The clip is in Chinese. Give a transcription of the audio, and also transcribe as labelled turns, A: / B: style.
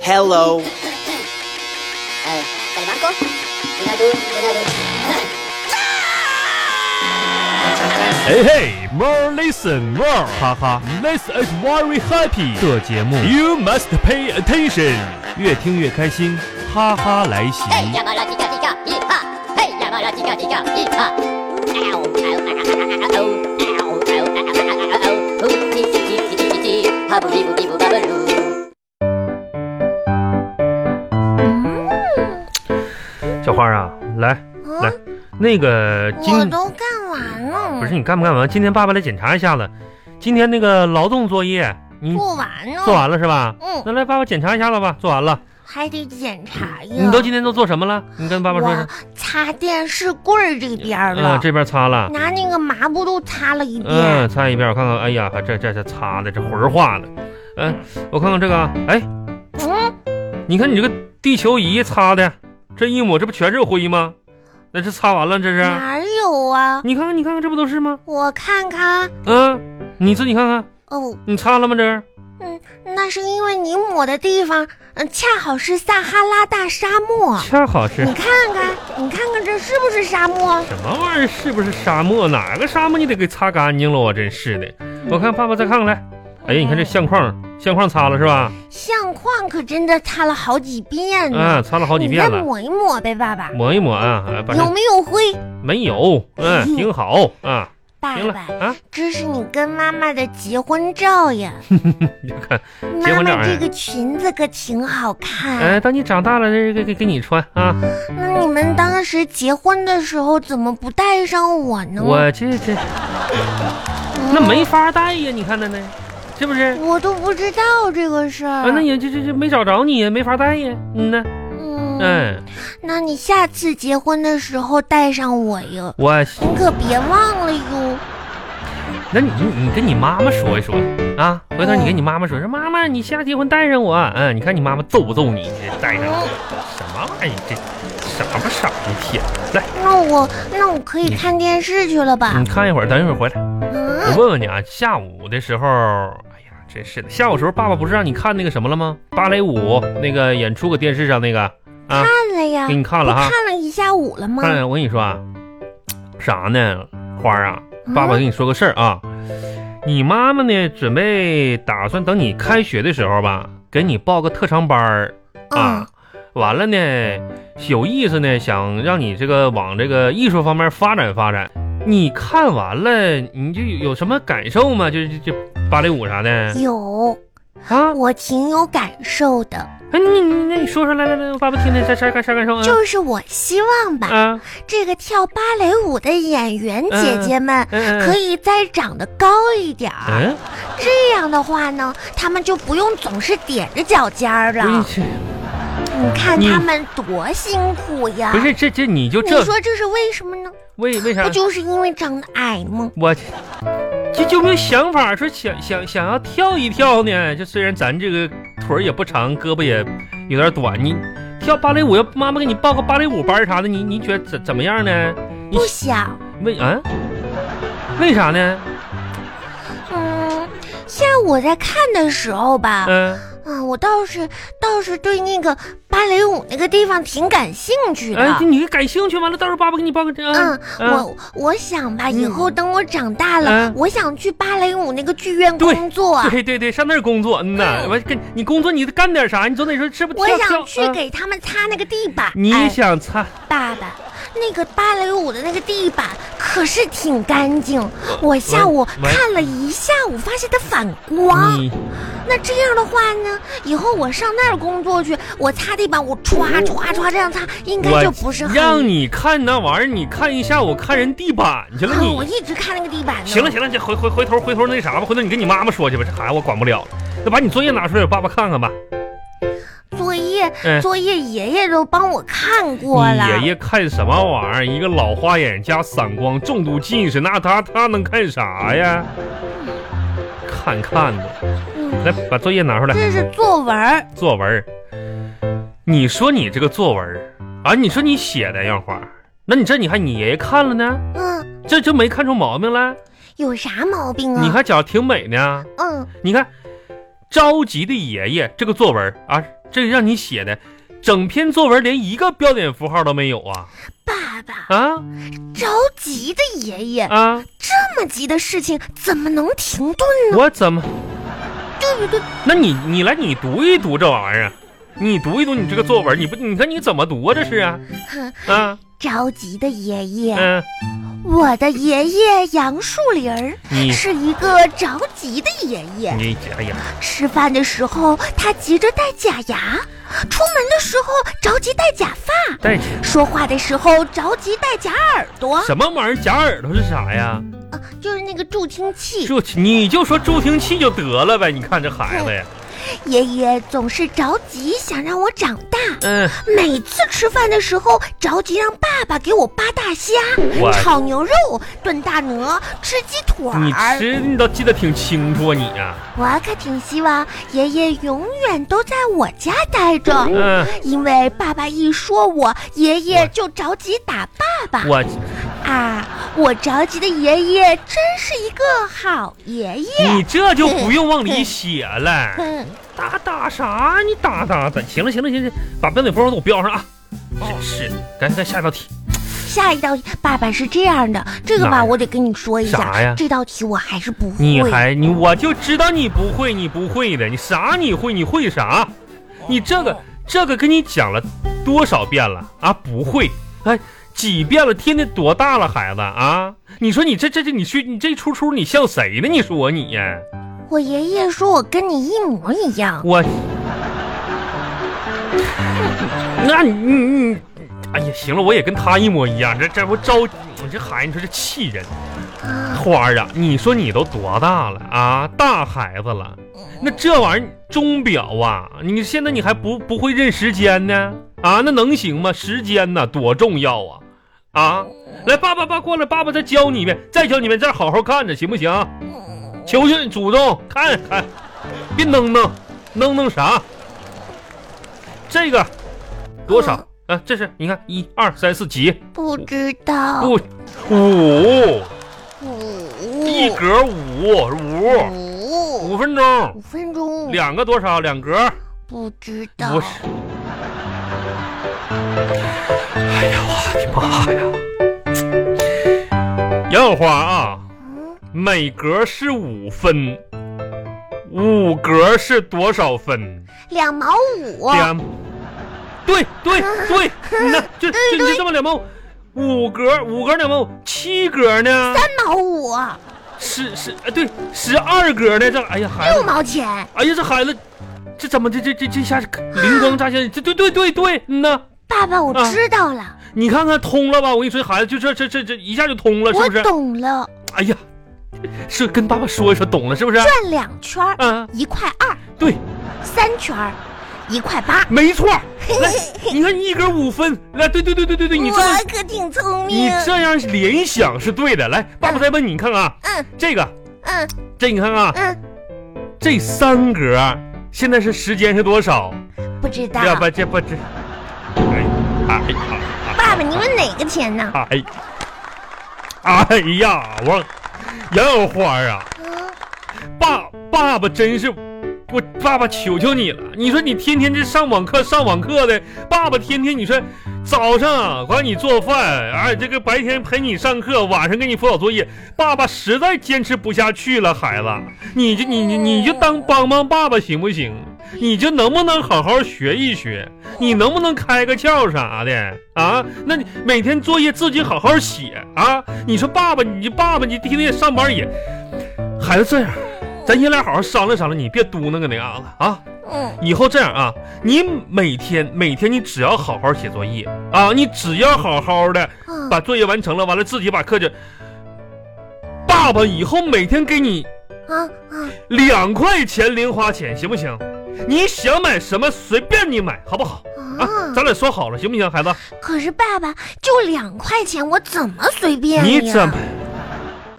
A: Hello.
B: Eh, ¿Del barco? Mira tú, mira tú.
C: Hey hey, more listen more，哈哈，This is very happy。这节目 You must pay attention，越听越开心，哈哈来袭。
D: 哎
B: ¡Hey, llama la chica, chica! ¡Hija! ¡Hey, llama la chica, chica! ¡Hija! Au, au, au, au, au, au, au, au, au. Uh, chi, chi, chi, chi, chi, chi. Habu, bibu, bibu, babaloo.
D: 嗯
C: 小花啊，来来，那个
D: 哦我
C: 今
D: 都干完了，
C: 不是你干不干完？今天爸爸来检查一下子，今天那个劳动作业你
D: 做完了，
C: 做完了是吧？
D: 嗯
C: 那来爸爸检查一下子吧，做完了。
D: 还得检查哎呀。
C: 你都今天都做什么了？你跟爸爸说一声
D: 我。擦电视柜儿这边了，
C: 嗯，这边擦了。
D: 拿那个抹布都擦哎了一遍。
C: 嗯，擦一遍，我看看。哎呀，这这这擦的这魂儿化了。嗯，我看看这个啊，哎，
D: 嗯，
C: 你看你这个地球仪擦的，这一抹，这不全是灰吗？那这擦完了，这是？
D: 哪儿有啊？
C: 你看看，你看看，这不都是吗？
D: 我看看，
C: 嗯，你自己看看，
D: 哦，
C: 你擦了吗？这儿
D: 那是因为你抹的地方，嗯，恰好是撒哈拉大沙漠。
C: 恰好是啊
D: 你看看，你看看这是不是沙漠？
C: 什么玩意儿？是不是沙漠？哪个沙漠你得给擦干净了？我真是的。我看爸爸再看看来。哎呀，你看这相框，相框擦了是吧？
D: 相框可真的擦了好几遍呢。
C: 嗯，擦了好几遍
D: 你再
C: 了。
D: 抹一抹呗，爸爸。
C: 抹一抹啊，哎把这
D: 有没哎有灰？
C: 没有，嗯，挺好啊，
D: 爸
C: 行了
D: 爸，
C: 啊，
D: 这是你跟妈妈的结婚照呀，
C: 你就看， 结
D: 妈
C: 婚照
D: 妈
C: 哎
D: 这个裙子可挺好看。
C: 哎，等你长大了，这给给给你穿啊，
D: 那你们当时结婚的时候怎么不带上我呢？
C: 我这这
D: 嗯
C: 那没法带呀，你看的呢，是不是？
D: 我都不知道这个事儿。
C: 啊，那也这这这没找着你呀，没法带呀，嗯呢，
D: 嗯，
C: 嗯，
D: 那你下次结婚的时候带上我哟，
C: 我，
D: 你可别忘了哟。
C: 那你你你跟你妈妈说一说啊，回头你跟你妈妈说，说妈妈，你下结婚带上我，嗯，你看你妈妈揍不揍你？这带上
D: 嗯
C: 什么玩意儿？这傻不傻一天？来，
D: 那我那我可以看电视去了吧
C: 你？看一会儿，等一会儿回来。我
D: 啊嗯，
C: 问问你啊，下午的时候，哎呀，真是的，下午时候爸爸不是让你看那个什么了吗？芭蕾舞那个演出搁电视上那个啊，
D: 看了呀
C: 给，你看
D: 不
C: 了哈。
D: 看了一下午了吗？
C: 看了，我跟你说啊，啥呢，花儿啊，
D: 嗯
C: 爸爸跟你说个事儿啊，你妈妈呢，准备打算等你开学的时候吧，给你报个特长班儿
D: 嗯
C: 啊。完了呢，有意思呢，想让你这个往这个艺术方面发展发展。你看完了，你就有什么感受吗？就就就芭蕾舞啥的
D: 有，
C: 啊？
D: 我挺有感受的。
C: 哎，你你那你说说来来来，爸爸听听啥啥啥啥感受啊？
D: 就是我希望吧，
C: 啊，
D: 这个跳芭蕾舞的演员姐姐们
C: 嗯
D: 可以再长得高一点儿，
C: 嗯，
D: 这样的话呢，他们就不用总是踮着脚尖儿
C: 不
D: 了。
C: 是
D: 你看
C: 你
D: 他们多辛苦呀！
C: 嗯不是这这你就
D: 你
C: 这嗯
D: 说这是为什么呢？
C: 为为啥
D: 不？就是因为长得矮吗？
C: 我就就没有想法说想想想要跳一跳呢？就虽然咱这个腿儿也不长，胳膊也有点短，你跳芭蕾舞，要妈妈给你报个芭蕾舞班儿啥的，你你觉得怎怎么样呢？你
D: 不想，
C: 为啊？为啥呢？
D: 嗯，下午我在看的时候吧，
C: 嗯、
D: 啊，我倒是倒是对那个芭蕾舞那个地方挺感兴趣的。
C: 哎，你感兴趣？完了，到时候爸爸给你报个这。
D: 啊嗯，
C: 嗯
D: 我我想吧，以后等我长大了
C: 嗯，
D: 我想去芭蕾舞那个剧院
C: 对
D: 工作。
C: 对对对，上那儿工作，嗯呐，我跟你工作，你干点啥？你总得说是不是
D: 我
C: 跳跳？
D: 想去
C: 啊
D: 给他们擦那个地板。
C: 你
D: 哎
C: 想擦？
D: 爸爸，那个芭蕾舞的那个地板可是挺干净。我下午
C: 呃喂
D: 看了一下午，发现它反光。
C: 你
D: 那这样的话呢，以后我上那儿工作去，我擦地板，我歘歘歘这样擦，应该就不是很。
C: 哦让你看那玩意儿，你看一下午看人地板去了
D: 啊
C: 你。
D: 我一直看那个地板呢。
C: 行了行了，这回回回头回头那啥吧，回头你跟你妈妈说去吧，这孩子我管不了了。那把你作业拿出来，爸爸看看吧。
D: 作业
C: 嗯
D: 作业爷爷都帮我看过了。
C: 你爷爷看什么玩意儿？一个老花眼加散光，重度近视，那他他能看啥呀？看看吧，
D: 嗯
C: 来把作业拿出来，
D: 这是作文儿，
C: 作文儿。你说你这个作文儿啊，你说你写的样花儿，那你这你还你爷爷看了呢，
D: 嗯，
C: 这这没看出毛病来？
D: 有啥毛病啊？
C: 你，还觉得挺美呢？
D: 嗯
C: 你看，着急的爷爷这个作文啊，这让你写的整篇作文连一个标点符号都没有啊
D: 爸爸
C: 啊
D: 着急的爷爷，
C: 啊！
D: 这么急的事情怎么能停顿呢？
C: 我怎么？
D: 对不对？
C: 那你你来你读一读这玩意儿，啊你读一读你这个作文，你不你看你怎么读啊？这是啊
D: 哼，
C: 啊
D: 着急的爷爷，
C: 嗯、
D: 我的爷爷杨树林儿
C: 你
D: 是一个着急的爷爷。
C: 你这哎呀
D: 吃饭的时候他急着戴假牙，出门的时候着急戴假发，
C: 带去
D: 说话的时候着急戴假耳朵，
C: 什么玩意儿？假耳朵是啥呀？
D: 啊就是那个助听器。
C: 这你就说助听器就得了呗。你看这孩子呀，
D: 爷爷总是着急想让我长大，
C: 嗯、
D: 每次吃饭的时候着急让爸爸给我扒大虾
C: 我、
D: 炒牛肉、炖大鹅、吃鸡腿
C: 你
D: 儿。
C: 吃你倒记得挺清楚啊你啊，
D: 我可挺希望爷爷永远都在我家待着。
C: 嗯、
D: 因为爸爸一说我，爷
C: 我
D: 爷就着急打爸爸
C: 我
D: 啊！我着急的爷爷真是一个好爷爷。
C: 你这就不用往里写了。
D: 嗯，
C: 打打啥？你打打打！行了行了行了，把标点符号都给我标上啊！真是，赶紧看下一道题。
D: 下一道爸爸是这样的，这个
C: 哪
D: 吧
C: 儿
D: 我得跟你说一
C: 啥呀
D: 下，这道题我还是不会。
C: 你还你我就知道你不会，你不会的，你啥你会？你会啥？你这个这个跟你讲了多少遍了啊？不会，哎，几遍了？天天多大了，孩子啊？你说你这这这你去你这出出你像谁呢？你说你呀，
D: 我爷爷说我跟你一模一样。
C: 我， 那你你你，哎呀，行了，我也跟他一模一样，这这不着急，我这孩子你说这气人。
D: 啊，
C: 花儿啊，你说你都多大了啊？大孩子了，那这玩意儿钟表啊，你现在你还不不会认时间呢？啊，那能行吗？时间呐、多重要啊！啊，来，爸爸，爸过来，爸爸再教你一遍，再教你一遍，再好好看着，行不行？求求你，祖宗，看看，别弄弄弄弄啥？这个多少？啊，这是你看，一二三四几？
D: 不知道。
C: 不，五
D: 五
C: 一格五五。
D: 五
C: 五分钟
D: 五，分钟。
C: 两个多少？两格？
D: 不知道。
C: 不是。哎呀，我的妈呀！杨小花啊，
D: 嗯，
C: 每格是五分，五格是多少分？
D: 两毛五。啊
C: 两，对 对对，那就就你就这么两毛五，五格五格两毛五，七格呢？
D: 三毛五，啊
C: 十十哎对，十二格呢？这哎呀孩
D: 六
C: 子，
D: 毛钱。
C: 哎呀这孩子，这怎么这这这这下灵光乍现？这对对对对，嗯呐。
D: 爸爸，我
C: 啊
D: 知道了，
C: 你看看通了吧？我跟你说，孩子就这这这这一下就通了，是
D: 我
C: 不是？
D: 懂了，
C: 哎呀，是跟爸爸说一说，懂了是不是？
D: 转两圈儿，
C: 嗯、
D: 一块二，
C: 对，
D: 三圈儿，一块八。
C: 没错。 来，你看一格五分，来，对对对对对对，你这
D: 我可挺聪
C: 你
D: 明。
C: 这样联想是对的。来，爸爸再问你看看啊，
D: 嗯
C: 这个
D: 嗯
C: 这你看看啊，
D: 嗯，
C: 这三格啊现在是时间是多少？
D: 不知道。
C: 要不这不这，哎哎哎
D: 爸爸，你问哪个钱呢？
C: 哎哎呀，我杨小花啊。
D: 嗯，
C: 爸，爸爸真是，我爸爸求求你了！你说你天天这上网课上网课的，爸爸天天你说早上啊管你做饭，哎，这个白天陪你上课，晚上给你辅导作业，爸爸实在坚持不下去了，孩子，你就你你你就当帮帮爸爸行不行？ 你就能不能好好学一学？你能不能开个窍啥的啊？那你每天作业自己好好写啊！你说爸爸，你爸爸，你天天上班也，孩子这样，咱爷俩好好商量商量，你别嘟囔个那样子啊！
D: 嗯
C: 以后这样啊，你每天每天你只要好好写作业啊，你只要好好的
D: 嗯，
C: 把作业完成了，完了自己把课就。爸爸以后每天给你
D: 啊啊，
C: 两块钱零花钱，行不行？你想买什么随便你买，好不好？啊，
D: 啊
C: 咱俩说好了，行不行，孩子？
D: 可是爸爸就两块钱，我怎么随便呀？
C: 你怎么？